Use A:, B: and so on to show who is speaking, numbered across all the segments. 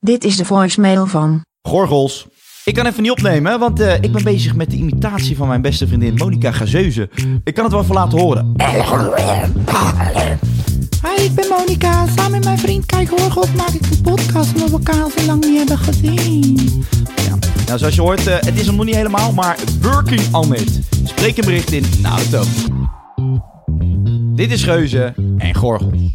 A: Dit is de voicemail van.
B: Gorgels. Ik kan even niet opnemen, hè, want eh, ik ben bezig met de imitatie van mijn beste vriendin Monica Gazeuze. Ik kan het wel even laten horen.
C: Hi, ik ben Monica. Samen met mijn vriend Kijk Horgels maak ik een podcast omdat we elkaar al zo lang niet hebben gezien.
B: Ja. Nou, zoals je hoort, eh, het is hem nog niet helemaal, maar working on it. Spreek een bericht in na de toon. Dit is Geuze en Gorgels.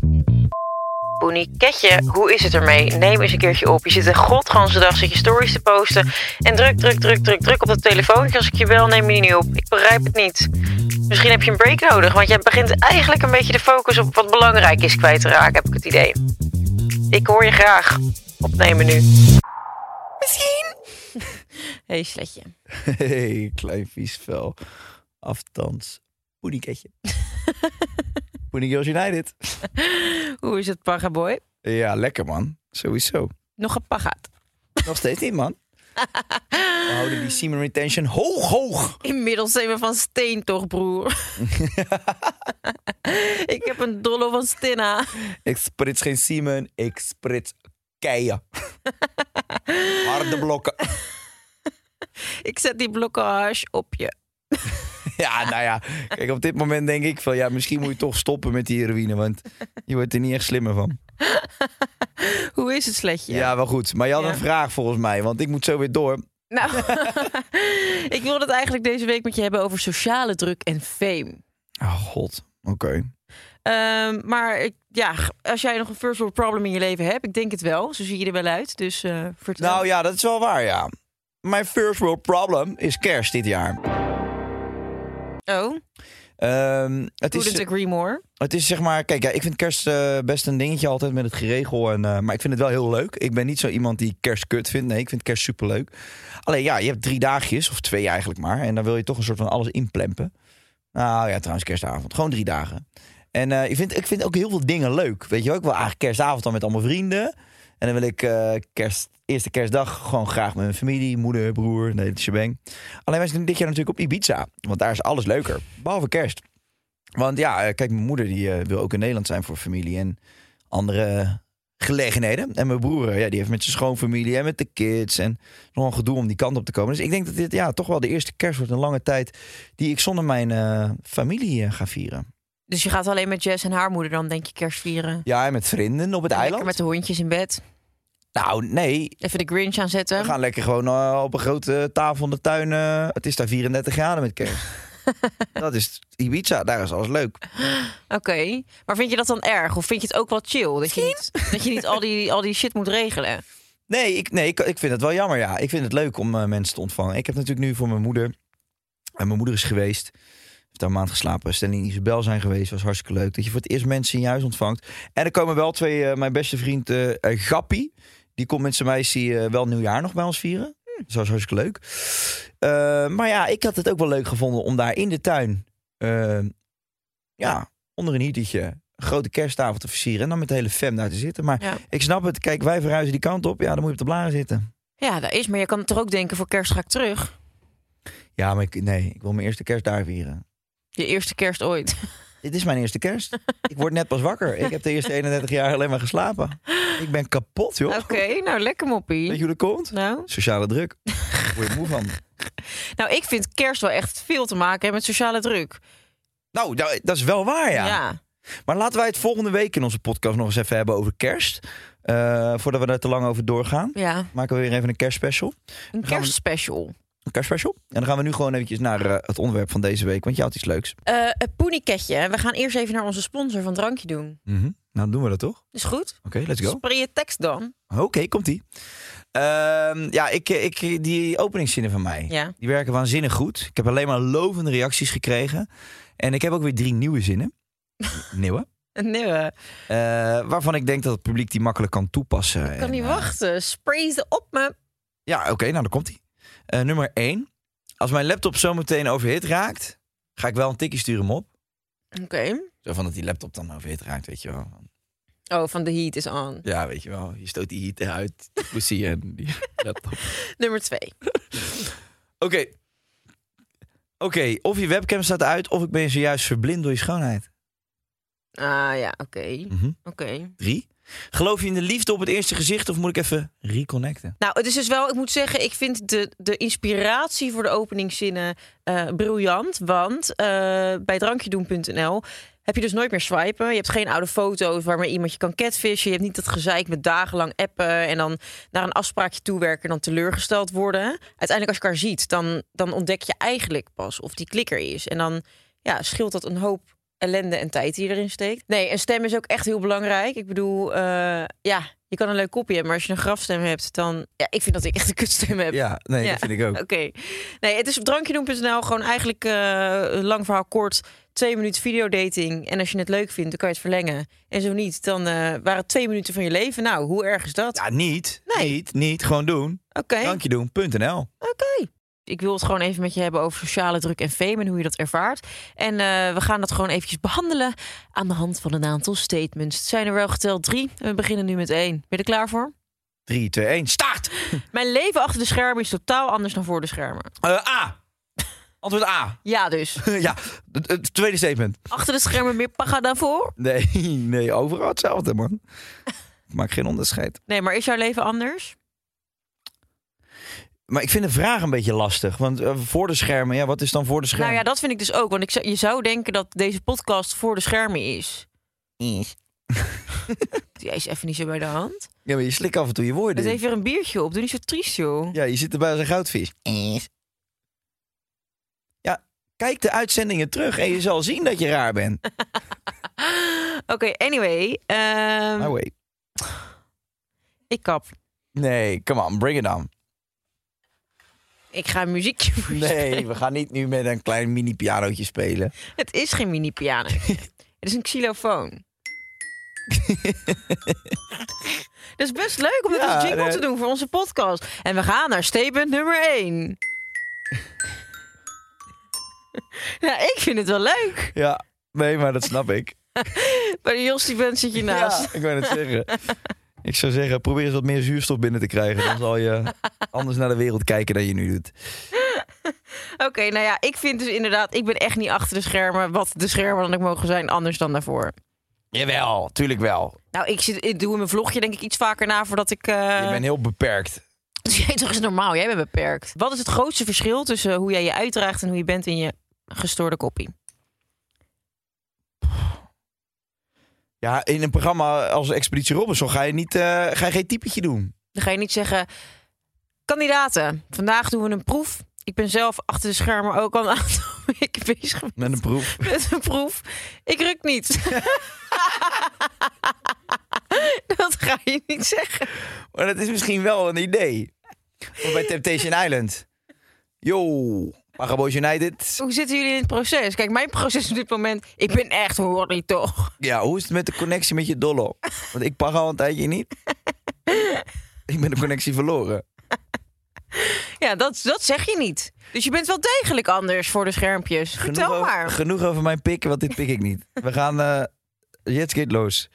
D: Boenie, ketje, hoe is het ermee? Neem eens een keertje op. Je zit een godganse dag, zit je stories te posten. En druk, druk, druk, druk, druk op dat telefoontje. Als ik je bel, neem je die niet op. Ik begrijp het niet. Misschien heb je een break nodig, want jij begint eigenlijk een beetje de focus op wat belangrijk is kwijt te raken, heb ik het idee. Ik hoor je graag. Opnemen nu.
C: Misschien.
D: hey, sletje.
E: Hey, klein vies vel. Aftans. Poeniketje. Poenikjes United.
D: Hoe is het, Pagaboy?
E: Ja, lekker man. Sowieso.
D: Nog gepagaat.
E: Nog steeds niet, man. We houden die semen retention hoog, hoog.
D: Inmiddels zijn we van steen, toch, broer? ik heb een dollo van Stinna.
E: Ik sprits geen semen, ik sprits keien. Harde blokken.
D: Ik zet die blokkage op je.
E: Ja, nou ja. Kijk, op dit moment denk ik van... Ja, misschien moet je toch stoppen met die heroïne, want je wordt er niet echt slimmer van.
D: Hoe is het, sletje?
E: Ja, wel goed. Maar je had
D: Ja.
E: een vraag volgens mij, want ik moet zo weer door.
D: Nou, ik wilde het eigenlijk deze week met je hebben over sociale druk en fame.
E: Oh, god. Oké.
D: Ehm, maar ik, ja, als jij nog een first world problem in je leven hebt, ik denk het wel. Zo zie je er wel uit, dus eh vertel.
E: Nou ja, dat is wel waar, ja. Mijn first world problem is kerst dit jaar.
D: Oh,
E: Ehm, het,
D: couldn't
E: is,
D: agree more.
E: het is zeg maar... Kijk, ja, ik vind kerst eh, best een dingetje altijd met het geregel. En, eh, maar ik vind het wel heel leuk. Ik ben niet zo iemand die kerst kut vindt. Nee, ik vind kerst superleuk. Alleen ja, je hebt drie dagjes, of twee eigenlijk maar. En dan wil je toch een soort van alles inplempen. Nou ja, trouwens kerstavond. Gewoon drie dagen. En eh, ik, vind, ik vind ook heel veel dingen leuk. Weet je wel, ik wil eigenlijk kerstavond dan met allemaal vrienden. En dan wil ik eh, kerst, eerste kerstdag gewoon graag met mijn familie, moeder, broer, nee, het shebang. Alleen wij zijn dit jaar natuurlijk op Ibiza. Want daar is alles leuker. Behalve kerst. Want ja, eh, kijk, mijn moeder die eh, wil ook in Nederland zijn voor familie en andere gelegenheden. En mijn broer, eh, ja, die heeft met zijn schoonfamilie en met de kids en nog een gedoe om die kant op te komen. Dus ik denk dat dit ja, toch wel de eerste kerst wordt in lange tijd die ik zonder mijn eh, familie eh, ga vieren.
D: Dus je gaat alleen met Jess en haar moeder dan, denk je, kerst vieren.
E: Ja, en met vrienden op het eiland.
D: Lekker met de hondjes in bed.
E: Nou, nee.
D: Even de Grinch aanzetten.
E: We gaan lekker gewoon eh, op een grote tafel in de tuin. eh, het is daar 34 graden met kerst. dat is Ibiza, daar is alles leuk.
D: Oké, maar vind je dat dan erg? Of vind je het ook wel chill? Dat je niet, dat je niet al, die, al die shit moet regelen?
E: Nee, ik, nee ik, ik vind het wel jammer, ja. Ik vind het leuk om eh, mensen te ontvangen. Ik heb natuurlijk nu voor mijn moeder... En mijn moeder is geweest. Heeft daar een maand geslapen. Stelling en Isabel zijn geweest. was hartstikke leuk. Dat je voor het eerst mensen in je huis ontvangt. En er komen wel twee... eh, mijn beste vriend eh eh, Gappie. Die komt met zijn meisje eh, wel nieuwjaar nog bij ons vieren. Dus dat is hartstikke leuk. Eh, maar ja, ik had het ook wel leuk gevonden om daar in de tuin... eh, ja, onder een hietertje... een grote kerstavond te versieren. En dan met de hele fam daar te zitten. Maar
D: Ja.
E: ik snap het. Kijk, wij verhuizen die kant op. Ja, dan moet je op de blaren zitten.
D: Ja, dat is, maar je kan toch ook denken, voor kerst ga ik terug.
E: Ja, maar ik, nee, ik wil mijn eerste kerst daar vieren.
D: Je eerste kerst ooit.
E: Dit is mijn eerste kerst. ik word net pas wakker. Ik heb de eerste 31 jaar alleen maar geslapen. Ik ben kapot, joh.
D: Oké, nou lekker moppie.
E: Weet je hoe dat komt?
D: Nou?
E: Sociale druk. Daar word je moe van.
D: nou, ik vind kerst wel echt veel te maken hebben met sociale druk.
E: Nou, da- dat is wel waar, ja. Maar laten wij het volgende week in onze podcast nog eens even hebben over kerst. Eh, voordat we daar te lang over doorgaan.
D: Ja,
E: Maken we weer even een kerstspecial.
D: een kerstspecial.
E: Een kerstspecial. En dan gaan we nu gewoon eventjes naar eh, het onderwerp van deze week. Want je had iets leuks.
F: Eh een poenieketje. We gaan eerst even naar onze sponsor van Drankje doen.
E: Nou, doen we dat toch?
F: Is goed?
E: Oké, let's go.
F: Spray je tekst dan.
E: Oké, komt-ie. Ehm, ja, ik, ik, die openingszinnen van mij,
F: Ja.
E: die werken waanzinnig goed. Ik heb alleen maar lovende reacties gekregen. En ik heb ook weer drie nieuwe zinnen. Nieuwe.
F: Nee, we
E: Eh, waarvan ik denk dat het publiek die makkelijk kan toepassen.
F: kan niet
E: En, eh,
F: wachten. Spray ze op me.
E: Ja, oké, nou dan komt hij. nummer 1. Als mijn laptop zometeen overhit raakt, ga ik wel een tikje sturen hem op.
F: Oké.
E: Zo van dat die laptop dan overhit raakt, weet je wel.
F: Oh, van de heat is on.
E: Ja, weet je wel. Je stoot die heat eruit. Poesie en die laptop. Oké.
F: Nummer twee.
E: Oké, of je webcam staat uit of ik ben zojuist verblind door je schoonheid.
F: Ah ja, oké.
E: Mhm.
F: Oké.
E: Drie. Geloof je in de liefde op het eerste gezicht of moet ik even reconnecten?
F: Nou, het is dus wel, ik moet zeggen, ik vind de, de inspiratie voor de openingszinnen eh, briljant. Want eh, bij drankjedoen.nl heb je dus nooit meer swipen. Je hebt geen oude foto's waarmee iemand je kan catfishen. Je hebt niet dat gezeik met dagenlang appen en dan naar een afspraakje toewerken en dan teleurgesteld worden. Uiteindelijk als je elkaar ziet, dan, dan ontdek je eigenlijk pas of die klikker is. En dan ja, scheelt dat een hoop ellende en tijd die je erin steekt. Nee, een stem is ook echt heel belangrijk. Ik bedoel, eh, ja, je kan een leuk kopje hebben, maar als je een grafstem hebt, dan... Ja, ik vind dat ik echt een kutstem heb.
E: Ja, nee,
F: Ja.
E: dat vind ik ook.
F: Oké. Nee, het is op drankjedoen.nl gewoon eigenlijk eh, een lang verhaal kort. Twee minuten videodating. En als je het leuk vindt, dan kan je het verlengen. En zo niet, dan eh, waren het twee minuten van je leven. Nou, hoe erg is dat?
E: Ja, niet.
F: Nee.
E: Niet, niet. Gewoon doen.
F: Oké.
E: Dankjedoen.nl
F: Ik wil het gewoon even met je hebben over sociale druk en fame en hoe je dat ervaart. En eh, we gaan dat gewoon eventjes behandelen aan de hand van een aantal statements. Het zijn er wel geteld drie. En we beginnen nu met één. Ben je er klaar voor?
E: 3, 2, 1. Start!
F: Mijn leven achter de schermen is totaal anders dan voor de schermen.
E: Eh, A. Antwoord A.
F: Ja, dus.
E: ja, het- het tweede statement.
F: Achter de schermen meer paga dan voor?
E: Nee, nee, overal hetzelfde, man. Ik maak geen onderscheid.
F: Nee, maar is jouw leven anders?
E: Maar ik vind de vraag een beetje lastig. Want eh, voor de schermen, ja, wat is dan voor de schermen?
F: Nou ja, dat vind ik dus ook. Want ik zou, je zou denken dat deze podcast voor de schermen is. Jij is even niet zo bij de hand.
E: Ja, maar je slikt af en toe je woorden.
F: Het heeft weer een biertje op. Doe niet zo triest, joh.
E: Ja, je zit erbij als een goudvis. Ja, kijk de uitzendingen terug en je zal zien dat je raar bent.
F: Oké, anyway. ehm,
E: Nou, wait.
F: ik kap.
E: Nee, come on, bring it on.
F: Ik ga een muziekje voor je
E: Nee,
F: spelen.
E: we gaan niet nu met een klein mini-pianootje spelen.
F: Het is geen mini-piano. Het is een xylofoon. Dat is best leuk om dat
E: Ja,
F: als jingle
E: nee.
F: te doen voor onze podcast. En we gaan naar statement nummer 1. nou, ik vind het wel leuk.
E: Ja, nee, maar dat snap ik.
F: Bij de Jos die bent zit je naast.
E: Ja, ik wil het zeggen. Ik zou zeggen, probeer eens wat meer zuurstof binnen te krijgen. Dan zal je anders naar de wereld kijken dan je nu doet.
F: Oké, nou ja, ik vind dus inderdaad... Ik ben echt niet achter de schermen. Wat de schermen dan ook mogen zijn, anders dan daarvoor.
E: Jawel, tuurlijk wel.
F: Nou, ik, zit, ik doe in mijn vlogje denk ik iets vaker na voordat ik... eh,
E: Je bent heel beperkt.
F: Dus jij toch is normaal, jij bent beperkt. Wat is het grootste verschil tussen hoe jij je uitdraagt en hoe je bent in je gestoorde koppie?
E: Ja, in een programma als Expeditie Robinson ga je, niet, eh, ga je geen typetje doen.
F: Dan ga je niet zeggen, kandidaten, vandaag doen we een proef. Ik ben zelf achter de schermen ook al een aantal weken bezig
E: Met een proef.
F: met een proef. Ik ruk niet. Dat ga je niet zeggen.
E: Maar dat is misschien wel een idee. Of bij Temptation Island. Yo, Pagaboys United.
F: Hoe zitten jullie in het proces? Kijk, mijn proces op dit moment, ik ben echt horny toch?
E: Ja, hoe is het met de connectie met je dollo? Want ik pag al een tijdje niet. Ik ben de connectie verloren.
F: Ja, dat, dat zeg je niet. Dus je bent wel degelijk anders voor de schermpjes. Vertel
E: over,
F: maar.
E: genoeg over mijn pik, want dit pik ik niet. We gaan eh jetskate los.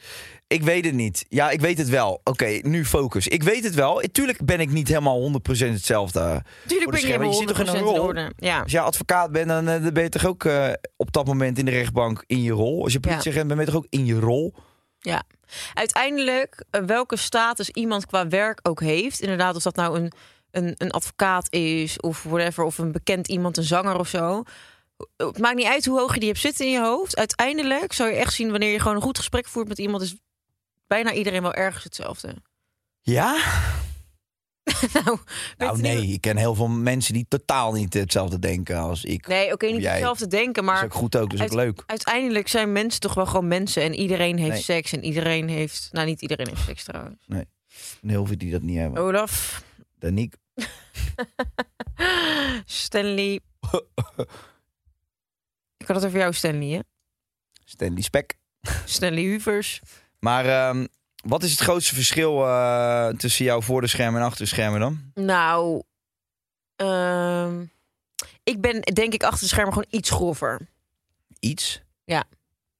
E: Ik weet het niet. Ja, ik weet het wel. Oké, nu focus. Ik weet het wel. Tuurlijk ben ik niet helemaal 100% hetzelfde.
F: Tuurlijk ben
E: Voor
F: ik
E: de schermen.
F: helemaal
E: Je zit toch in
F: 100%
E: een
F: in
E: rol?
F: orde. Ja.
E: Als jij advocaat bent, dan, eh, dan ben je toch ook eh, op dat moment in de rechtbank in je rol. Als je politieagent bent, ben je toch ook in je rol.
F: ja. Uiteindelijk, eh, welke status iemand qua werk ook heeft. Inderdaad, of dat nou een, een, een advocaat is of whatever. Of een bekend iemand, een zanger of zo. het maakt niet uit hoe hoog je die hebt zitten in je hoofd. Uiteindelijk zou je echt zien wanneer je gewoon een goed gesprek voert met iemand, is bijna iedereen wel ergens hetzelfde.
E: Ja?
F: nou,
E: Nou
F: weet je
E: nee,
F: niet-
E: ik ken heel veel mensen die totaal niet hetzelfde denken als ik.
F: Nee, oké, niet
E: Jij.
F: hetzelfde denken,
E: Dat
F: maar
E: is ook goed ook, dat is ook
F: uit-
E: leuk.
F: uiteindelijk zijn mensen toch wel gewoon mensen. En iedereen heeft
E: Nee.
F: seks en iedereen heeft... Nou, niet iedereen heeft seks trouwens.
E: Heel veel die dat niet
F: Oh.
E: hebben.
F: Olaf,
E: Daniek.
F: Stanley... Ik had het over jou, Stanley, hè?
E: Stanley Spek.
F: Stanley Huvers.
E: Maar ehm, wat is het grootste verschil eh, tussen jou voor de schermen en achter de schermen dan?
F: Nou, ehm, ik ben denk ik achter de schermen gewoon iets grover.
E: Iets?
F: Ja.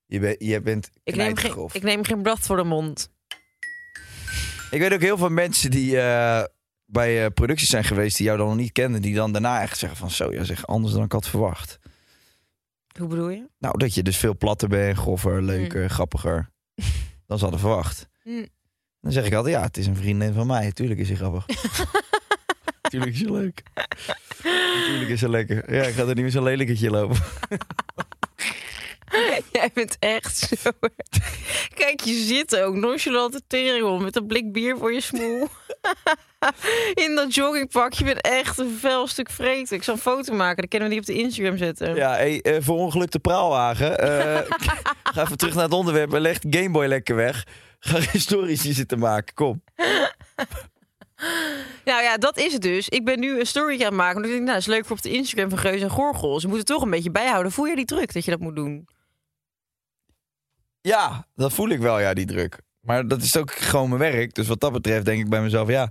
E: Je, bent je bent
F: Ik neem, geen,
E: knijtergrof.
F: ik neem geen blad voor de mond.
E: Ik weet ook heel veel mensen die eh, bij eh, producties zijn geweest die jou dan nog niet kenden, die dan daarna echt zeggen van zo, ja zeg anders dan ik had verwacht.
F: Hoe bedoel je?
E: Nou, dat je dus veel platter bent, groffer, leuker, grappiger dan ze hadden verwacht.
F: Mm.
E: Dan zeg ik altijd, ja, het is een vriendin van mij. Tuurlijk is hij grappig. Tuurlijk is hij leuk. Tuurlijk is hij lekker. Ja, ik ga er niet meer zo'n lelijkertje lopen.
F: Jij bent echt zo... Kijk, je zit ook nonchalante teringel met een blik bier voor je smoel. In dat joggingpak, je bent echt een fel stuk vreten. Ik zal een foto maken, dan kunnen we die op de Instagram zetten.
E: Ja, hey, eh, voor ongelukte praalwagen. eh, ga even terug naar het onderwerp en leg de Gameboy lekker weg. Ga geen stories hier zitten maken, kom.
F: Nou ja, dat is het dus. Ik ben nu een story aan het maken. Want ik denk, nou, dat is leuk voor op de Instagram van Geus en Gorgel. Ze moeten toch een beetje bijhouden. Voel je die druk dat je dat moet doen?
E: Ja, dat voel ik wel, ja, die druk. Maar dat is ook gewoon mijn werk. Dus wat dat betreft denk ik bij mezelf, ja...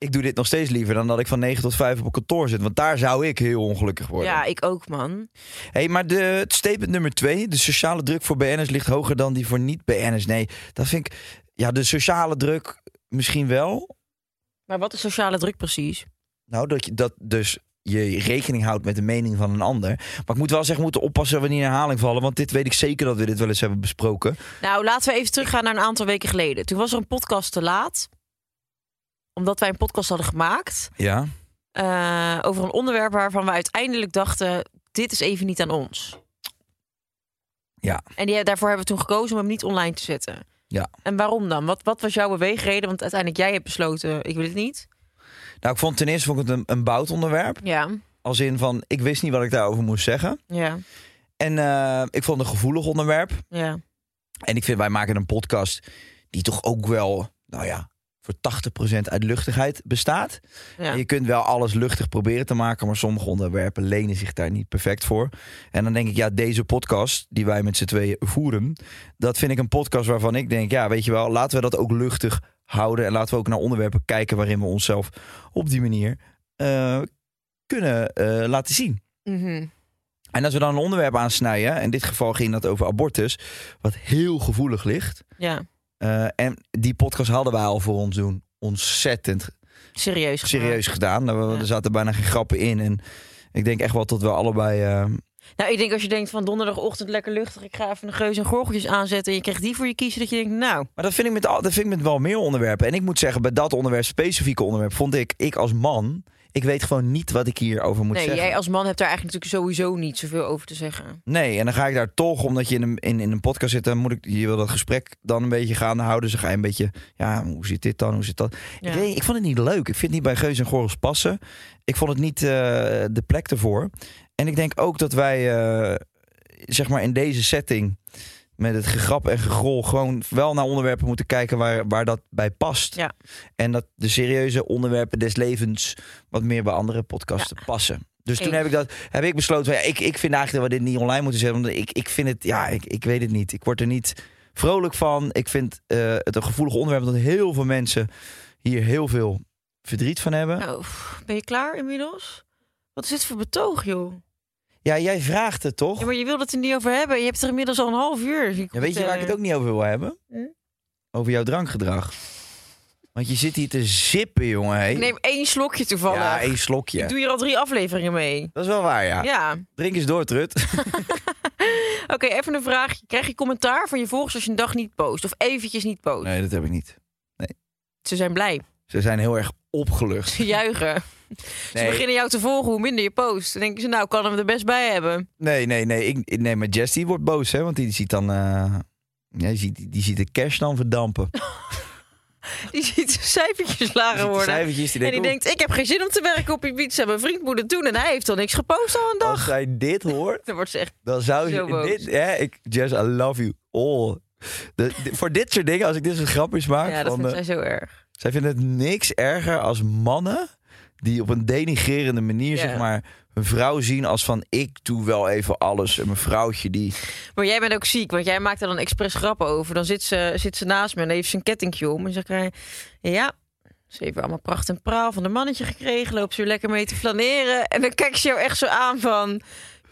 E: Ik doe dit nog steeds liever dan dat ik van 9 tot 5 op kantoor zit. Want daar zou ik heel ongelukkig worden.
F: Ja, ik ook, man.
E: Hé, maar de, het statement nummer twee. De sociale druk voor BN'ers ligt hoger dan die voor niet-BN'ers. Nee, dat vind ik... Ja, de sociale druk misschien wel.
F: Maar wat is sociale druk precies?
E: Nou, dat je dat dus je rekening houdt met de mening van een ander. Maar ik moet wel zeggen, we moeten oppassen dat we niet in herhaling vallen. Want dit weet ik zeker dat we dit wel eens hebben besproken.
F: Nou, laten we even teruggaan naar een aantal weken geleden. Toen was er een podcast te laat. Omdat wij een podcast hadden gemaakt.
E: Ja.
F: eh, over een onderwerp waarvan we uiteindelijk dachten... dit is even niet aan ons.
E: Ja.
F: En die, daarvoor hebben we toen gekozen om hem niet online te zetten.
E: Ja.
F: En waarom dan? Wat, wat was jouw beweegreden? Want uiteindelijk jij hebt besloten, ik wil het niet.
E: Nou, ik vond ten eerste vond ik het een, een bout onderwerp.
F: Ja,
E: Als in van, ik wist niet wat ik daarover moest zeggen.
F: ja,
E: En eh, ik vond het een gevoelig onderwerp.
F: ja.
E: En ik vind, wij maken een podcast die toch ook wel, nou ja, voor 80% uit luchtigheid bestaat.
F: ja.
E: En Je kunt wel alles luchtig proberen te maken, maar sommige onderwerpen lenen zich daar niet perfect voor. En dan denk ik, ja, deze podcast die wij met z'n tweeën voeren, dat vind ik een podcast waarvan ik denk, ja, weet je wel, laten we dat ook luchtig houden. En laten we ook naar onderwerpen kijken waarin we onszelf op die manier eh, kunnen eh, laten zien.
F: Mhm.
E: En als we dan een onderwerp aansnijden, in dit geval ging dat over abortus, wat heel gevoelig ligt.
F: ja.
E: Eh, en die podcast hadden wij al voor ons doen ontzettend
F: serieus. gemaakt.
E: serieus gedaan. Nou, we-
F: Ja.
E: Er zaten bijna geen grappen in. En ik denk echt wel dat we allebei. eh,
F: Nou, ik denk als je denkt van donderdagochtend lekker luchtig, ik ga even de geus en gorgeltjes aanzetten en je krijgt die voor je kiezen, dat je denkt, nou,
E: Maar dat vind, ik met al, dat vind ik met wel meer onderwerpen. En ik moet zeggen, bij dat onderwerp, specifieke onderwerp, vond ik, ik als man, ik weet gewoon niet wat ik hierover moet
F: nee,
E: zeggen.
F: jij als man hebt daar eigenlijk natuurlijk sowieso niet zoveel over te zeggen.
E: Nee, en dan ga ik daar toch, omdat je in een, in, in een podcast zit, dan moet ik, je wil dat gesprek dan een beetje gaan houden. Ze ga je een beetje, ja, hoe zit dit dan, hoe zit dat?
F: Ja.
E: Ik, weet, ik vond het niet leuk. Ik vind het niet bij Geus en Gorrels passen. Ik vond het niet eh, de plek ervoor. En ik denk ook dat wij, eh, zeg maar in deze setting, met het gegrap en gegrol, gewoon wel naar onderwerpen moeten kijken waar, waar dat bij past.
F: Ja.
E: En dat de serieuze onderwerpen des levens wat meer bij andere podcasten passen. Dus toen
F: Eens.
E: heb ik, dat, heb ik besloten, van, ja, ik, ik vind eigenlijk dat we dit niet online moeten zetten. Want ik, ik vind het, ja, ik, ik weet het niet. Ik word er niet vrolijk van. Ik vind eh, het een gevoelig onderwerp dat heel veel mensen hier heel veel verdriet van hebben.
F: Nou, pff, ben je klaar inmiddels? Wat is dit voor betoog, joh?
E: Ja, jij vraagt het toch?
F: Ja, maar je wil het er niet over hebben. Je hebt er inmiddels al een half uur.
E: Ja, weet je waar ik het ook niet over wil hebben?
F: eh, Hm?
E: Over jouw drankgedrag. Want je zit hier te zippen, jongen. hé.
F: Ik neem één slokje toevallig.
E: ja, één
F: Ik
E: slokje.
F: doe hier al drie afleveringen mee.
E: Dat is wel waar, ja.
F: ja.
E: Drink eens door, Trut.
F: Oké, even een vraag. Krijg je commentaar van je volgers als je een dag niet post? Of eventjes niet post?
E: Nee, dat heb ik niet.
F: Ze zijn blij.
E: Ze zijn heel erg opgelucht.
F: Juichen. Ze
E: Nee.
F: beginnen jou te volgen hoe minder je post. Dan denken ze, nou, kan hem er best bij hebben.
E: Nee, nee, nee. Ik, ik- nee, maar Jess die wordt boos, hè? Want die ziet dan. eh, ja, die, ziet, die ziet de cash dan verdampen.
F: Die ziet de cijfertjes
E: Die ziet
F: lager
E: de
F: worden.
E: cijfertjes, die
F: En die
E: denken,
F: denkt, ik heb geen zin om te werken op Ibiza. Mijn vriend moet het doen en hij heeft al niks gepost al een
E: "Oeh,
F: dag.
E: Als zij dit hoort,
F: Dan wordt ze echt...
E: dan zou
F: Zo
E: ze.
F: boos.
E: Dit, hè, ik, Jess, I love you all. De- de- voor dit soort dingen, als ik dit soort grapjes maak.
F: Ja, dat
E: van,
F: vindt
E: eh,
F: zij zo erg.
E: Zij vinden het niks erger als mannen die op een denigrerende manier,
F: Ja.
E: zeg maar, hun vrouw zien als van ik doe wel even alles. En mijn vrouwtje die.
F: Maar jij bent ook ziek, want jij maakt er dan expres grappen over. Dan zit ze, zit ze naast me en heeft ze een kettingje om. En zegt hij, ja, ze heeft weer allemaal pracht en praal van de mannetje gekregen. Loopt ze weer lekker mee te flaneren. En dan kijkt ze jou echt zo aan van...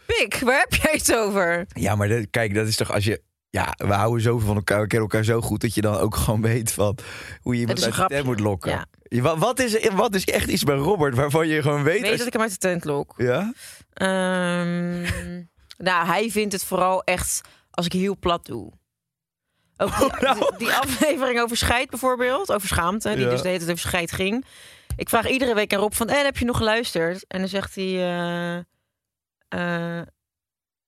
F: Pik, waar heb jij het over?
E: Ja, maar dat- kijk, dat is toch als je. Ja, we houden zoveel van elkaar. We kennen elkaar zo goed dat je dan ook gewoon weet van hoe je
F: Het
E: iemand uit
F: is een
E: de
F: grapje.
E: tent moet lokken.
F: Ja.
E: Je- wa- wat, is, wat is echt iets bij Robert waarvan je gewoon weet.
F: Weet
E: als-
F: dat ik hem uit de tent lok.
E: Ja?
F: Ehm, nou, hij vindt het vooral echt als ik heel plat doe. Ook
E: Oh,
F: die, die- die aflevering over scheid bijvoorbeeld, over schaamte, die
E: nou. Ja.
F: dus de hele tijd over scheid ging. Ik vraag iedere week aan Rob van, en heb je nog geluisterd? En dan zegt hij, eh, eh,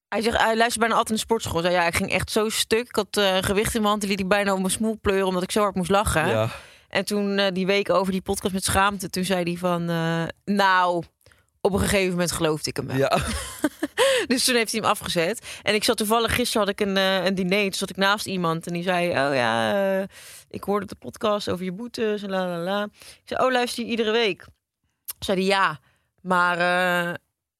F: hij, zegt, hij luistert bijna altijd in de sportschool. Hij Zei, ja, ik ging echt zo stuk. Ik had eh, een gewicht in mijn hand, die liet ik bijna om mijn smoel pleuren omdat ik zo hard moest lachen.
E: Ja.
F: En toen eh, die week over die podcast met schaamte, toen zei hij van, eh, nou, op een gegeven moment geloofde ik hem wel.
E: ja.
F: Dus toen heeft hij hem afgezet. En ik zat toevallig, gisteren had ik een, eh, een diner. Toen zat ik naast iemand en die zei: Oh ja, eh, ik hoorde de podcast over je boetes en la la la. Ik zei: Oh, luister je iedere week? Toen zei hij ja. Maar eh,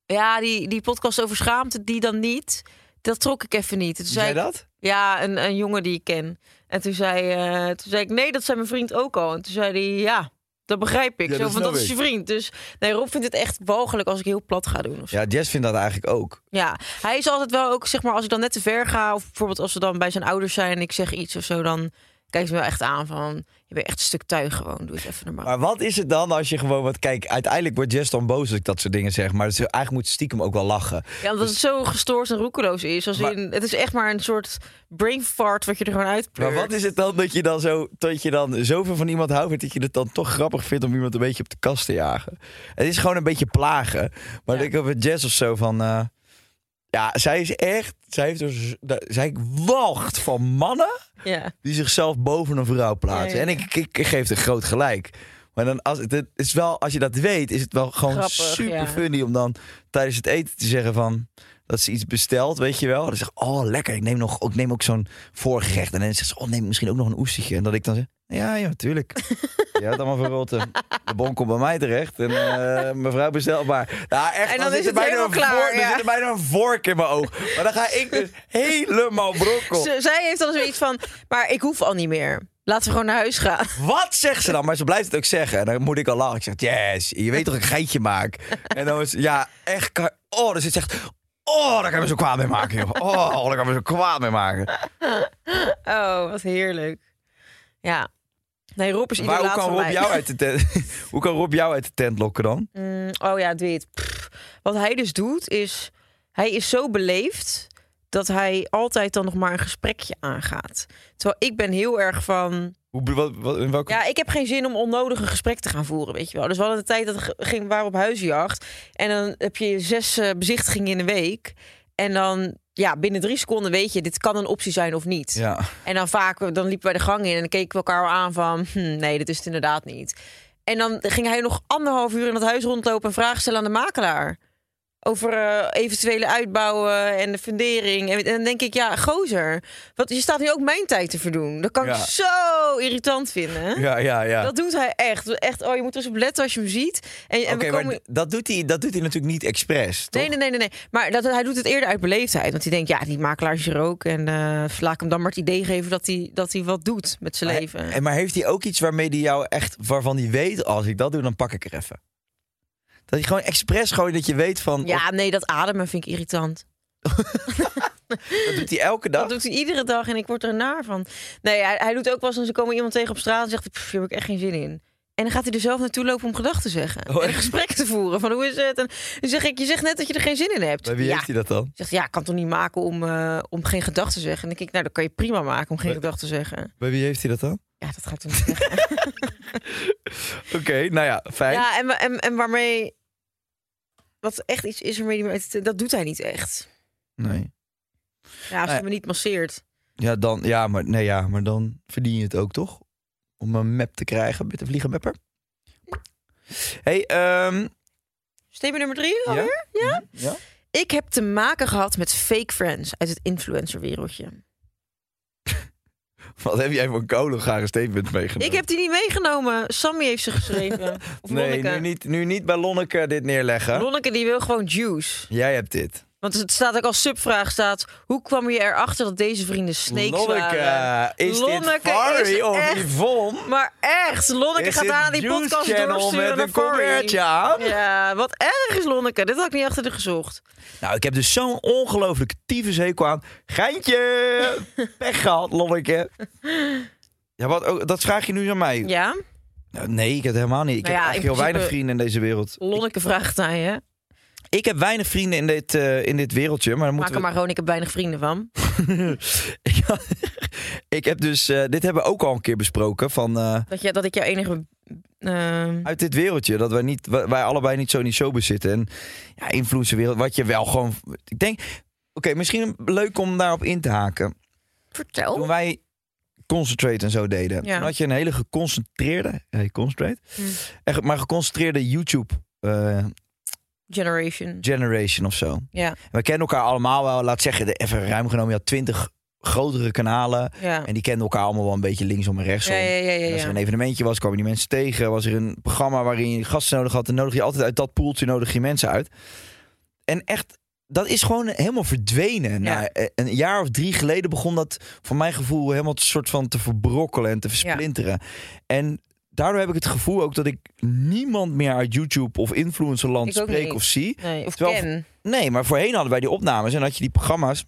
F: ja, die, die podcast over schaamte, die dan niet. Dat trok ik even niet. Toen
E: Zei
F: zei ik,
E: dat?
F: ja, een, een jongen die ik ken. En toen zei, eh, toen zei ik, nee, dat zei mijn vriend ook al. En toen zei hij, ja, dat begrijp ik.
E: Ja,
F: Zo,
E: dat
F: want dat
E: snap
F: is je
E: ik.
F: vriend. Dus nee, Rob vindt het echt walgelijk als ik heel plat ga doen. Of zo.
E: Ja, Jess vindt dat eigenlijk ook.
F: Ja, hij is altijd wel ook, zeg maar, als ik dan net te ver ga... of bijvoorbeeld als we dan bij zijn ouders zijn en ik zeg iets of zo... dan kijkt ze me wel echt aan van, je bent echt een stuk tuig gewoon. Doe eens even normaal.
E: Maar wat is het dan als je gewoon. Want kijk, uiteindelijk wordt Jess dan boos als ik dat soort dingen zeg. Maar ze, eigenlijk moet ze stiekem ook wel lachen.
F: ja, omdat het zo gestoord en roekeloos is. Als
E: Maar-
F: in, het is echt maar een soort brain fart wat je er gewoon uitpleurt.
E: Maar wat is het dan dat je dan, zo, dat je dan zoveel van iemand houdt... dat je het dan toch grappig vindt om iemand een beetje op de kast te jagen? Het is gewoon een beetje plagen. Maar
F: Ja.
E: ik heb een Jess of zo van... eh, ja, zij is echt... Zij, heeft er, z- da- zij wacht van mannen
F: Ja.
E: die zichzelf boven een vrouw plaatsen.
F: Ja, ja, ja.
E: En ik, ik, ik geef het groot gelijk. Maar dan als, het- het is wel, als je dat weet, is het wel gewoon
F: Grappig,
E: super
F: ja.
E: funny... om dan tijdens het eten te zeggen van... Dat ze iets bestelt, weet je wel. Dan zegt ze, oh lekker, ik neem, nog, ik neem ook zo'n voorgerecht. En dan zegt ze, oh neem misschien ook nog een oestertje. En dat ik dan zeg, ja, ja, tuurlijk. Je hebt allemaal verrotten. De bon komt bij mij terecht. En eh, mevrouw bestelt maar. Nou, echt,
F: En dan is
E: zit er
F: het
E: bijna
F: helemaal
E: een
F: klaar,
E: vork-
F: ja.
E: Er zit er bijna een vork in mijn oog. Maar dan ga ik dus helemaal brokkel.
F: Ze- zij heeft dan zoiets van, maar ik hoef al niet meer. Laten we gewoon naar huis gaan.
E: Wat zegt ze dan? Maar ze blijft het ook zeggen. En dan moet ik al lachen. Ik zeg, yes, je weet toch een geitje maak. En dan is, ja, echt. kan- Oh, dan zit ze echt. Oh, daar kan ik me zo kwaad mee maken, joh. Oh, daar kan ik me zo kwaad mee maken.
F: Oh, wat heerlijk. Ja. Nee, Rob is
E: Maar
F: idolaat
E: hoe kan,
F: van
E: Rob
F: mij.
E: jou uit de tent, hoe kan Rob jou uit de tent lokken dan?
F: Mm, oh ja, dit. Pff. Wat hij dus doet is, hij is zo beleefd dat hij altijd dan nog maar een gesprekje aangaat. Terwijl ik ben heel erg van,
E: Hoe, be- wat, wat, in welke...
F: ja, ik heb geen zin om onnodig een gesprek te gaan voeren, weet je wel. Dus we hadden de tijd dat we g- ging, we waren op huizenjacht en dan heb je zes eh, bezichtigingen in een week en dan, ja, binnen drie seconden weet je, dit kan een optie zijn of niet.
E: Ja.
F: En dan vaak, dan liepen wij de gang in en dan keken we elkaar al aan van... Hm, nee, dat is het inderdaad niet. En dan ging hij nog anderhalf uur in het huis rondlopen... en vragen stellen aan de makelaar. Over eh, eventuele uitbouwen en de fundering. En, en dan denk ik, ja, gozer. Wat, je staat nu ook mijn tijd te verdoen. Dat kan ik
E: Ja.
F: zo irritant vinden.
E: ja, ja, ja.
F: Dat doet hij echt. echt. Oh, je moet er eens op letten als je hem ziet. En, en
E: Oké,
F: we
E: maar
F: komen...
E: d- dat doet, hij, dat doet hij natuurlijk niet expres, toch?
F: Nee, nee, nee, nee, nee. Maar dat, hij doet het eerder uit beleefdheid. Want hij denkt, ja, die makelaar is er ook. En eh laat ik hem dan maar het idee geven dat hij, dat hij wat doet met zijn
E: Maar-
F: leven.
E: En maar heeft hij ook iets waarmee hij jou echt, waarvan hij weet, als ik dat doe, dan pak ik er even? Dat hij gewoon expres gewoon dat je weet van, oh, of-
F: Ja, nee, dat ademen vind ik irritant.
E: dat doet hij elke dag.
F: Dat doet hij iedere dag en ik word er naar van. Nee, hij, hij doet ook wel eens, dan ze komen iemand tegen op straat en zegt, "Pff, hier heb ik echt geen zin in. En dan gaat hij er zelf naartoe lopen om gedachten te zeggen.
E: Oh,
F: en een
E: echt?
F: gesprek te voeren van hoe is het? En dan zeg ik, je zegt net dat je er geen zin in hebt.
E: Bij wie
F: ja.
E: heeft hij dat dan?
F: Zegt, ja, ik kan het toch niet maken om, eh, om geen gedachten te zeggen. En dan denk ik, nou, dat kan je prima maken om geen
E: Bij-
F: gedachten te zeggen.
E: Bij wie heeft hij dat dan?
F: Ja, dat ga ik toen niet zeggen.
E: Oké, nou ja, fijn.
F: Ja, en, wa- en, en waarmee... Wat echt iets is waarmee die me- Dat doet hij niet echt.
E: Nee.
F: Ja, als
E: Nee.
F: je me niet masseert.
E: Ja, dan, ja, maar, nee, ja, maar dan verdien je het ook toch? Om een map te krijgen met een vliegenmapper. hey, ehm,
F: Statement nummer drie
E: ja?
F: alweer?
E: Ja? ja?
F: Ik heb te maken gehad met fake friends uit het influencerwereldje.
E: Wat heb jij voor een kolengare statement meegenomen?
F: Ik heb die niet meegenomen. Sammy heeft ze geschreven. Of
E: nee,
F: Lonneke.
E: nu niet, nu niet bij Lonneke dit neerleggen.
F: Lonneke die wil gewoon juice.
E: Jij hebt dit.
F: Want het staat ook als subvraag staat... Hoe kwam je erachter dat deze vrienden snakes
E: Lonneke,
F: waren?
E: is
F: Lonneke
E: dit Fari
F: is
E: of
F: echt-
E: Yvonne?
F: Maar echt, Lonneke
E: Is
F: gaat
E: dit
F: aan die
E: Juice
F: podcast
E: Channel
F: doorsturen
E: met
F: naar
E: een
F: Corrie.
E: kommertje aan?
F: Ja, wat erg is Lonneke. Dit had ik niet achter de gezocht.
E: Nou, ik heb dus zo'n ongelooflijke tyfushekel aan. Geintje! Pech gehad, Lonneke. Ja, wat, oh, dat vraag je nu aan mij.
F: Ja,
E: Nou, nee, ik heb het helemaal niet. Ik
F: Nou
E: heb
F: ja,
E: eigenlijk
F: in
E: heel weinig
F: principe-
E: vrienden in deze wereld.
F: Lonneke vraagt aan je.
E: Ik heb weinig vrienden in dit, eh, in dit wereldje. Maar dan
F: Maak
E: moeten
F: er maar gewoon, ik heb weinig vrienden van.
E: ik, ik heb dus, eh, dit hebben we ook al een keer besproken. Van, eh,
F: Dat, je, dat ik jouw enige... ehm,
E: uit dit wereldje, dat wij, niet, wij wij allebei niet zo in die showbiz zitten. En ja, influencerwereld, wat je wel gewoon... Ik denk, oké, misschien leuk om daarop in te haken.
F: vertel.
E: Toen wij Concentrate en zo deden,
F: Ja. Hm.
E: toen had je een hele geconcentreerde... Hey, concentrate? Echt, maar geconcentreerde YouTube... eh,
F: Generation.
E: generation of zo.
F: Ja,
E: We kennen elkaar allemaal wel. Laat zeggen, de- even ruim genomen, je had twintig grotere kanalen.
F: ja.
E: En die kenden elkaar allemaal wel een beetje linksom en rechtsom.
F: Ja, ja, ja, ja,
E: En als er
F: ja.
E: een evenementje was, kwamen die mensen tegen. Was er een programma waarin je gasten nodig had. Dan nodig je altijd uit dat poeltje nodig je mensen uit. En echt, dat is gewoon helemaal verdwenen. Na eh, een jaar of drie geleden begon dat voor mijn gevoel helemaal een soort van te verbrokkelen en te versplinteren. En daardoor heb ik het gevoel ook dat ik niemand meer uit YouTube of influencerland
F: Ik ook
E: spreek
F: niet.
E: of zie.
F: Nee, of
E: Terwijl-
F: Ken.
E: Nee, maar voorheen hadden wij die opnames en had je die programma's.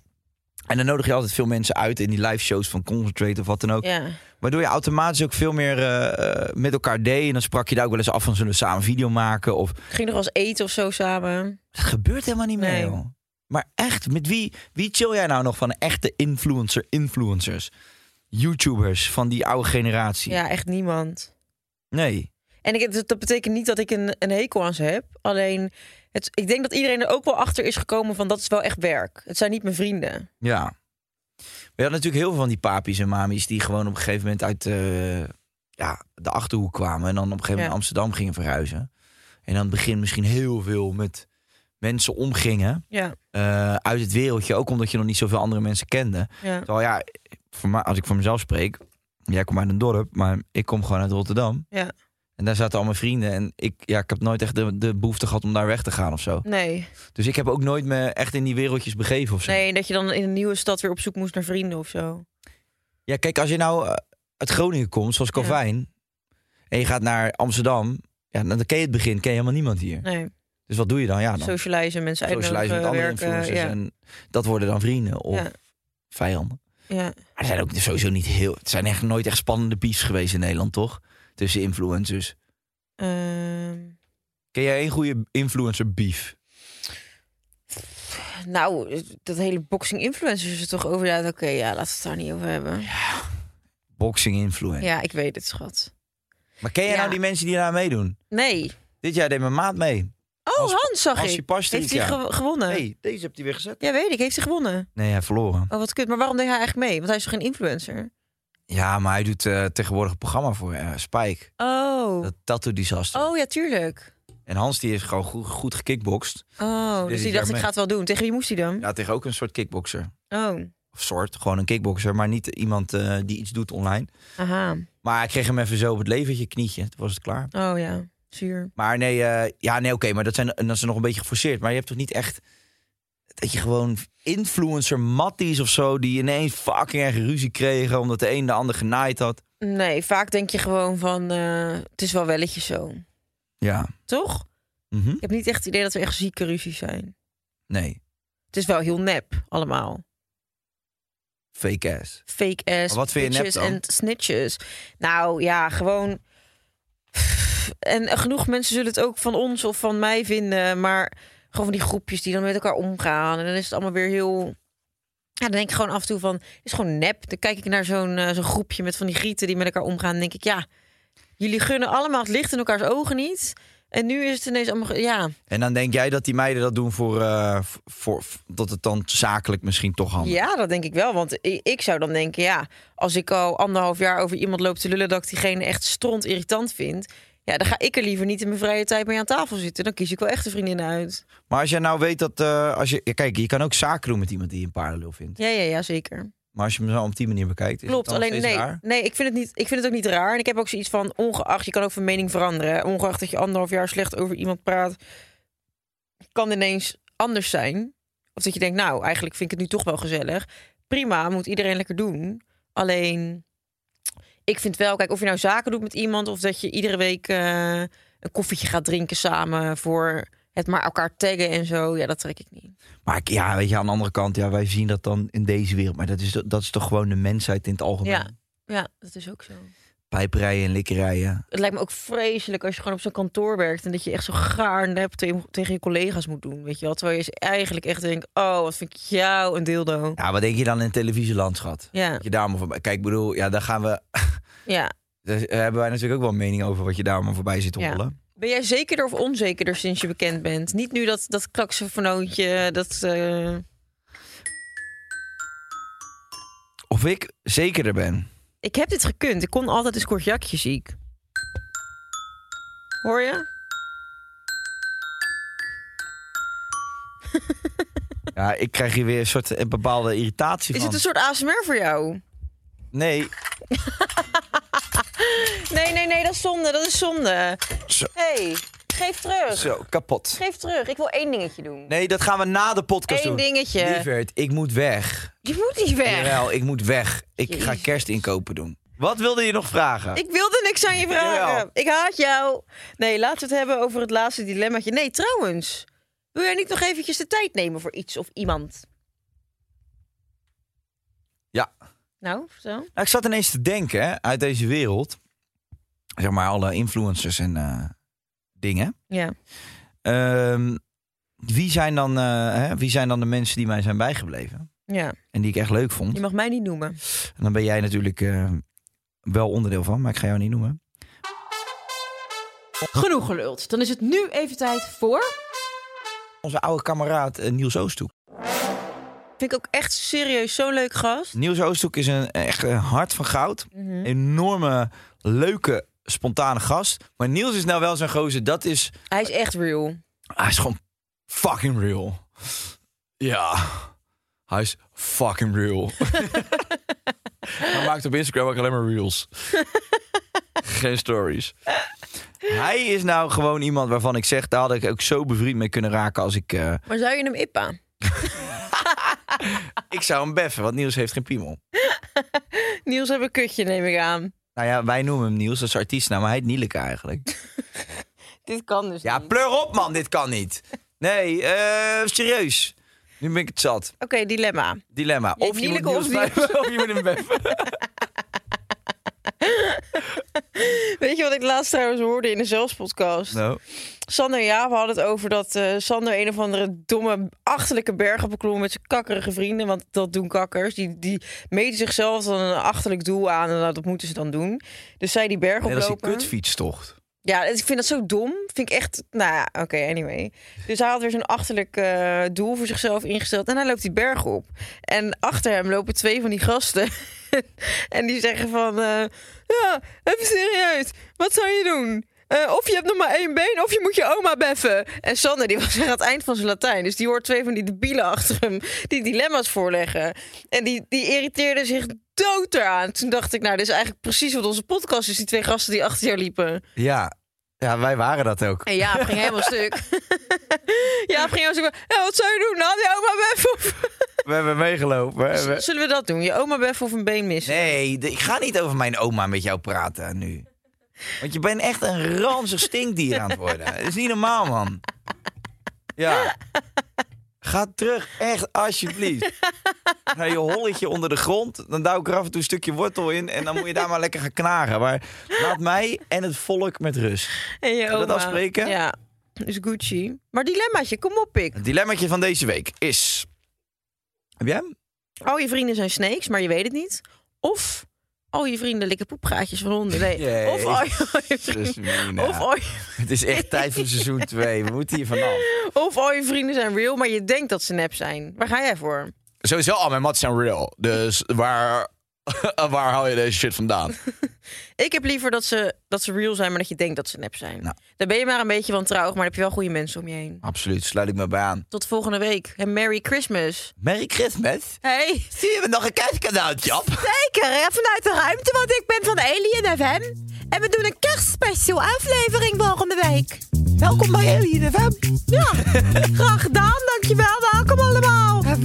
E: En dan nodig je altijd veel mensen uit in die live shows van Concentrate of wat dan ook.
F: Ja.
E: Waardoor je automatisch ook veel meer eh, eh, met elkaar deed. En dan sprak je daar ook wel eens af van zullen we samen een video maken. Of
F: Ging nog wel eens eten of zo samen.
E: dat gebeurt helemaal niet meer.
F: Nee.
E: joh. Maar echt, met wie, wie chill jij nou nog van echte influencer, influencers? YouTubers van die oude generatie.
F: Ja, echt niemand.
E: Nee.
F: En ik, dat- dat betekent niet dat ik een, een hekel aan ze heb. Alleen, het, ik denk dat iedereen er ook wel achter is gekomen van dat is wel echt werk. Het zijn niet mijn vrienden.
E: Ja. We hadden natuurlijk heel veel van die papies en mamies die gewoon op een gegeven moment uit eh, ja, de achterhoek kwamen. En dan op een gegeven moment
F: Ja.
E: naar Amsterdam gingen verhuizen. En aan het begin misschien heel veel met mensen omgingen.
F: Ja,
E: eh, uit het wereldje. Ook omdat je nog niet zoveel andere mensen kende.
F: ja.
E: Terwijl ja, voor mij, als ik voor mezelf spreek. Jij komt uit een dorp, maar ik kom gewoon uit Rotterdam.
F: Ja.
E: En daar zaten al mijn vrienden. En ik, ja, ik heb nooit echt de, de behoefte gehad om daar weg te gaan of zo.
F: Nee.
E: Dus ik heb ook nooit me echt in die wereldjes begeven of zo.
F: nee, dat je dan in een nieuwe stad weer op zoek moest naar vrienden of zo.
E: Ja, kijk, als je nou eh, uit Groningen komt, zoals Calvijn, en je gaat naar Amsterdam, ja, dan ken je het begin, ken je helemaal niemand hier.
F: Nee,
E: Dus wat doe je dan? Ja, dan
F: socializen, mensen
E: socialize
F: uitnodigen,
E: met andere
F: werken.
E: influencers
F: ja.
E: en dat worden dan vrienden of
F: Ja.
E: vijanden.
F: ja.
E: Maar er zijn ook sowieso niet heel, het zijn echt nooit echt spannende beefs geweest in Nederland, toch? Tussen influencers.
F: Ehm,
E: Ken jij één goede influencer beef?
F: nou, dat hele boxing influencers is er toch over. Ja, Oké, ja, laten we het daar niet over hebben.
E: Boxing influencer.
F: Ja, ik weet het, schat.
E: Maar ken jij
F: Ja.
E: nou die mensen die daar meedoen?
F: Nee.
E: Dit jaar deed mijn maat mee.
F: Oh,
E: Hans-
F: Hans zag
E: Hansie
F: ik.
E: Pasternak,
F: Heeft hij
E: ja.
F: gew- gewonnen?
E: hey, deze hebt hij weer gezet.
F: Ja, weet ik. Heeft hij gewonnen?
E: Nee, hij verloren.
F: Oh, wat kut. Maar waarom deed hij eigenlijk mee? Want hij is toch geen influencer?
E: Ja, maar hij doet eh, tegenwoordig een programma voor eh, Spike.
F: Oh.
E: Dat tattoo disaster.
F: Oh, ja, tuurlijk.
E: En Hans die heeft gewoon goed, goed gekickboxd.
F: Oh,
E: Dus
F: dus
E: dit
F: die
E: jaar
F: dacht, ik
E: mee.
F: ga het wel doen. Tegen wie moest hij dan?
E: Ja, tegen ook een soort kickboxer.
F: Oh,
E: Of soort, gewoon een kickboxer. Maar niet iemand eh, die iets doet online.
F: aha.
E: Maar hij kreeg hem even zo op het levertje, knietje. Toen was het klaar.
F: Oh ja, zuur.
E: Maar nee, eh, ja, nee oké, maar dat, zijn, en dat is nog een beetje geforceerd. Maar je hebt toch niet echt... Dat je gewoon influencer matties of zo... die ineens fucking erg ruzie kregen... omdat de een de ander genaaid had.
F: Nee, vaak denk je gewoon van, eh, het is wel welletjes zo.
E: Ja.
F: Toch?
E: Mhm.
F: Ik heb niet echt het idee dat we echt zieke ruzies zijn.
E: Nee,
F: Het is wel heel nep, allemaal.
E: fake ass.
F: Fake ass,
E: Maar wat vind je nep
F: bitches
E: dan?
F: en snitches. Nou ja, gewoon... En genoeg mensen zullen het ook van ons of van mij vinden. Maar gewoon van die groepjes die dan met elkaar omgaan. En dan is het allemaal weer heel... Ja, dan denk ik gewoon af en toe van, is gewoon nep. Dan kijk ik naar zo'n eh, zo'n groepje met van die grieten die met elkaar omgaan. Dan denk ik, ja, jullie gunnen allemaal het licht in elkaars ogen niet. En nu is het ineens allemaal, ge- ja.
E: En dan denk jij dat die meiden dat doen voor, eh, v- voor v- dat het dan zakelijk misschien toch handig
F: Ja, dat denk ik wel. Want i- ik zou dan denken, ja, als ik al anderhalf jaar over iemand loop te lullen dat ik diegene echt stront irritant vind. Ja, dan ga ik er liever niet in mijn vrije tijd mee aan tafel zitten. Dan kies ik wel echt de vriendinnen uit.
E: Maar als jij nou weet dat, eh, als je, ja, kijk, je kan ook zaken doen met iemand die je een paardenlul vindt.
F: Ja, ja, ja, zeker.
E: Maar als je hem zo op die manier bekijkt, is
F: Klopt.
E: het dan
F: Alleen nee,
E: steeds raar?
F: nee ik, vind het niet, ik vind het ook niet raar. En ik heb ook zoiets van, ongeacht, je kan ook van mening veranderen. hè. Ongeacht dat je anderhalf jaar slecht over iemand praat, kan ineens anders zijn. Of dat je denkt, nou, eigenlijk vind ik het nu toch wel gezellig. Prima, moet iedereen lekker doen. Alleen, ik vind wel, kijk, of je nou zaken doet met iemand... of dat je iedere week eh, een koffietje gaat drinken samen... voor het maar elkaar taggen en zo. Ja, dat trek ik niet.
E: Maar ik- ja, weet je, aan de andere kant, ja, wij zien dat dan in deze wereld. Maar dat is, to- dat is toch gewoon de mensheid in het algemeen.
F: Ja, ja, dat is ook zo.
E: Pijperijen en likkerijen.
F: Het lijkt me ook vreselijk als je gewoon op zo'n kantoor werkt en dat je echt zo gaar nep te- tegen je collega's moet doen. Weet je wel? Terwijl je eens eigenlijk echt denkt: oh, wat vind ik jou een dildo?
E: Ja, wat denk je dan in het televisieland, schat?
F: Ja,
E: Dat je daar maar voorbij... Kijk, ik bedoel, ja, daar gaan we...
F: ja.
E: Daar hebben wij natuurlijk ook wel een mening over wat je daar maar voorbij zit te
F: Ja.
E: rollen.
F: Ben jij zekerder of onzekerder sinds je bekend bent? Niet nu dat, dat klaksenfonootje, dat. eh,
E: Of ik zekerder ben.
F: Ik heb dit gekund. Ik kon altijd een kort jakje ziek. Hoor je?
E: Ja, ik krijg hier weer een soort een bepaalde irritatie
F: Is
E: van.
F: het een soort ASMR voor jou?
E: Nee,
F: Nee, nee, nee, dat is zonde. Dat is zonde.
E: Zo.
F: hey, geef terug.
E: zo, kapot.
F: Geef terug. Ik wil één dingetje doen.
E: Nee, dat gaan we na de podcast
F: Eén
E: doen.
F: dingetje.
E: Lieverd, ik moet weg.
F: Je moet niet weg.
E: Jawel, ik moet weg. Ik ga
F: Jezus.
E: kerstinkopen doen. Wat wilde je nog vragen?
F: Ik wilde niks aan je vragen.
E: Jawel.
F: Ik haat jou. Nee, laten we het hebben over het laatste dilemmaatje. Nee, trouwens. Wil jij niet nog eventjes de tijd nemen voor iets of iemand?
E: Ja.
F: Nou, vertel.
E: Nou, ik zat ineens te denken hè, uit deze wereld. Zeg maar alle influencers en eh, dingen.
F: Ja.
E: Ehm, wie, zijn dan, eh, hè, wie zijn dan de mensen die mij zijn bijgebleven?
F: ja,
E: En die ik echt leuk vond.
F: je mag mij niet noemen.
E: En dan ben jij natuurlijk eh, wel onderdeel van, maar ik ga jou niet noemen.
D: Genoeg geluld. Dan is het nu even tijd voor...
E: Onze oude kameraad eh, Niels Oosthoek.
F: Vind ik ook echt serieus zo'n leuk gast.
E: Niels Oosthoek is een echt een hart van goud. Enorme, leuke, spontane gast. Maar Niels is nou wel zo'n gozer. Dat is.
F: Hij is echt real.
E: Hij is gewoon fucking real. Ja. Hij is fucking real. hij maakt op Instagram ook alleen maar reels. Geen stories. Hij is nou gewoon iemand waarvan ik zeg... daar had ik ook zo bevriend mee kunnen raken als ik... eh,
F: Maar zou je hem ippa?
E: ik zou hem beffen, want Niels heeft geen piemel.
F: Niels heeft een kutje, neem ik aan.
E: Nou ja, wij noemen hem Niels, dat is artiestnaam, maar hij heet Nieleke eigenlijk.
F: Dit kan dus
E: Ja,
F: niet.
E: pleur op, man. Dit kan niet. Nee, eh, serieus. Nu ben ik het zat.
F: Oké, dilemma.
E: Dilemma.
F: Je
E: Of je, moet
F: Nieleke
E: Niels
F: of
E: blijven, of je moet hem beffen.
F: Weet je wat ik laatst trouwens hoorde in de zelfspodcast?
E: Nou,
F: Sander en Jaap hadden het over dat eh, Sander een of andere domme, achterlijke bergen beklom met zijn kakkerige vrienden. Want dat doen kakkers. Die, die meten zichzelf dan een achterlijk doel aan en nou, dat moeten ze dan doen. Dus zij die berg
E: net als die
F: oplopen.
E: kutfietstocht.
F: Ja, ik vind dat zo dom. Vind ik echt. Nou ja, oké, anyway. Dus hij had weer zo'n achterlijk eh, doel voor zichzelf ingesteld. En hij loopt die berg op. En achter hem lopen twee van die gasten. en die zeggen van. eh, ja, even serieus. Wat zou je doen? Eh, of je hebt nog maar één been, of je moet je oma beffen. En Sander, die was echt aan het eind van zijn Latijn. Dus die hoort twee van die debielen achter hem die dilemma's voorleggen. En die, die irriteerde zich dood eraan. Toen dacht ik, nou, dit is eigenlijk precies wat onze podcast is. Die twee gasten die achter jou liepen.
E: Ja. ja, wij waren dat ook.
F: En Jaap ging helemaal stuk. Jaap ging helemaal stuk. Ja, wat zou je doen? Nou, je oma beffen
E: We hebben meegelopen. hè.
F: of...
E: We-
F: Zullen we dat doen? Je oma beffen of een been missen?
E: Nee, de- ik ga niet over mijn oma met jou praten nu. Want je bent echt een ranzig stinkdier aan het worden. Dat is niet normaal, man. Ja. Ga terug, echt, alsjeblieft. Naar je holletje onder de grond. Dan duw ik er af en toe een stukje wortel in. En dan moet je daar maar lekker gaan knagen. Maar laat mij en het volk met rust.
F: En je
E: we dat
F: oma.
E: afspreken?
F: Ja, is Gucci. Maar dilemmaatje, kom op, ik.
E: Het dilemmaatje van deze week is... Heb jij hem?
F: al je vrienden zijn snakes, maar je weet het niet. Of al je vrienden likken poepgaatjes van honden. Nee.
E: Jee.
F: Of al je, al je vrienden...
E: Mina.
F: Of al je,
E: Het is echt tijd voor seizoen 2. We moeten hier vanaf.
F: of al je vrienden zijn real, maar je denkt dat ze nep zijn. Waar ga jij voor?
E: Sowieso al mijn mats zijn real. Dus waar, waar haal je deze shit vandaan?
F: Ik heb liever dat ze, dat ze real zijn, maar dat je denkt dat ze nep zijn.
E: Nou.
F: Dan ben je maar een beetje wantrouwig, maar dan heb je wel goede mensen om je heen.
E: Absoluut, sluit ik me bij aan.
F: Tot volgende week. En Merry Christmas.
E: Merry Christmas.
F: Hey,
E: Zie je me nog een kijkkanaal, Jap?
F: zeker hè? Vanuit de ruimte, want ik ben van Alien FM. En we doen een kerstspecial aflevering volgende week.
G: Welkom bij Alien FM.
F: Ja, graag gedaan. Dankjewel. Welkom allemaal.
G: Het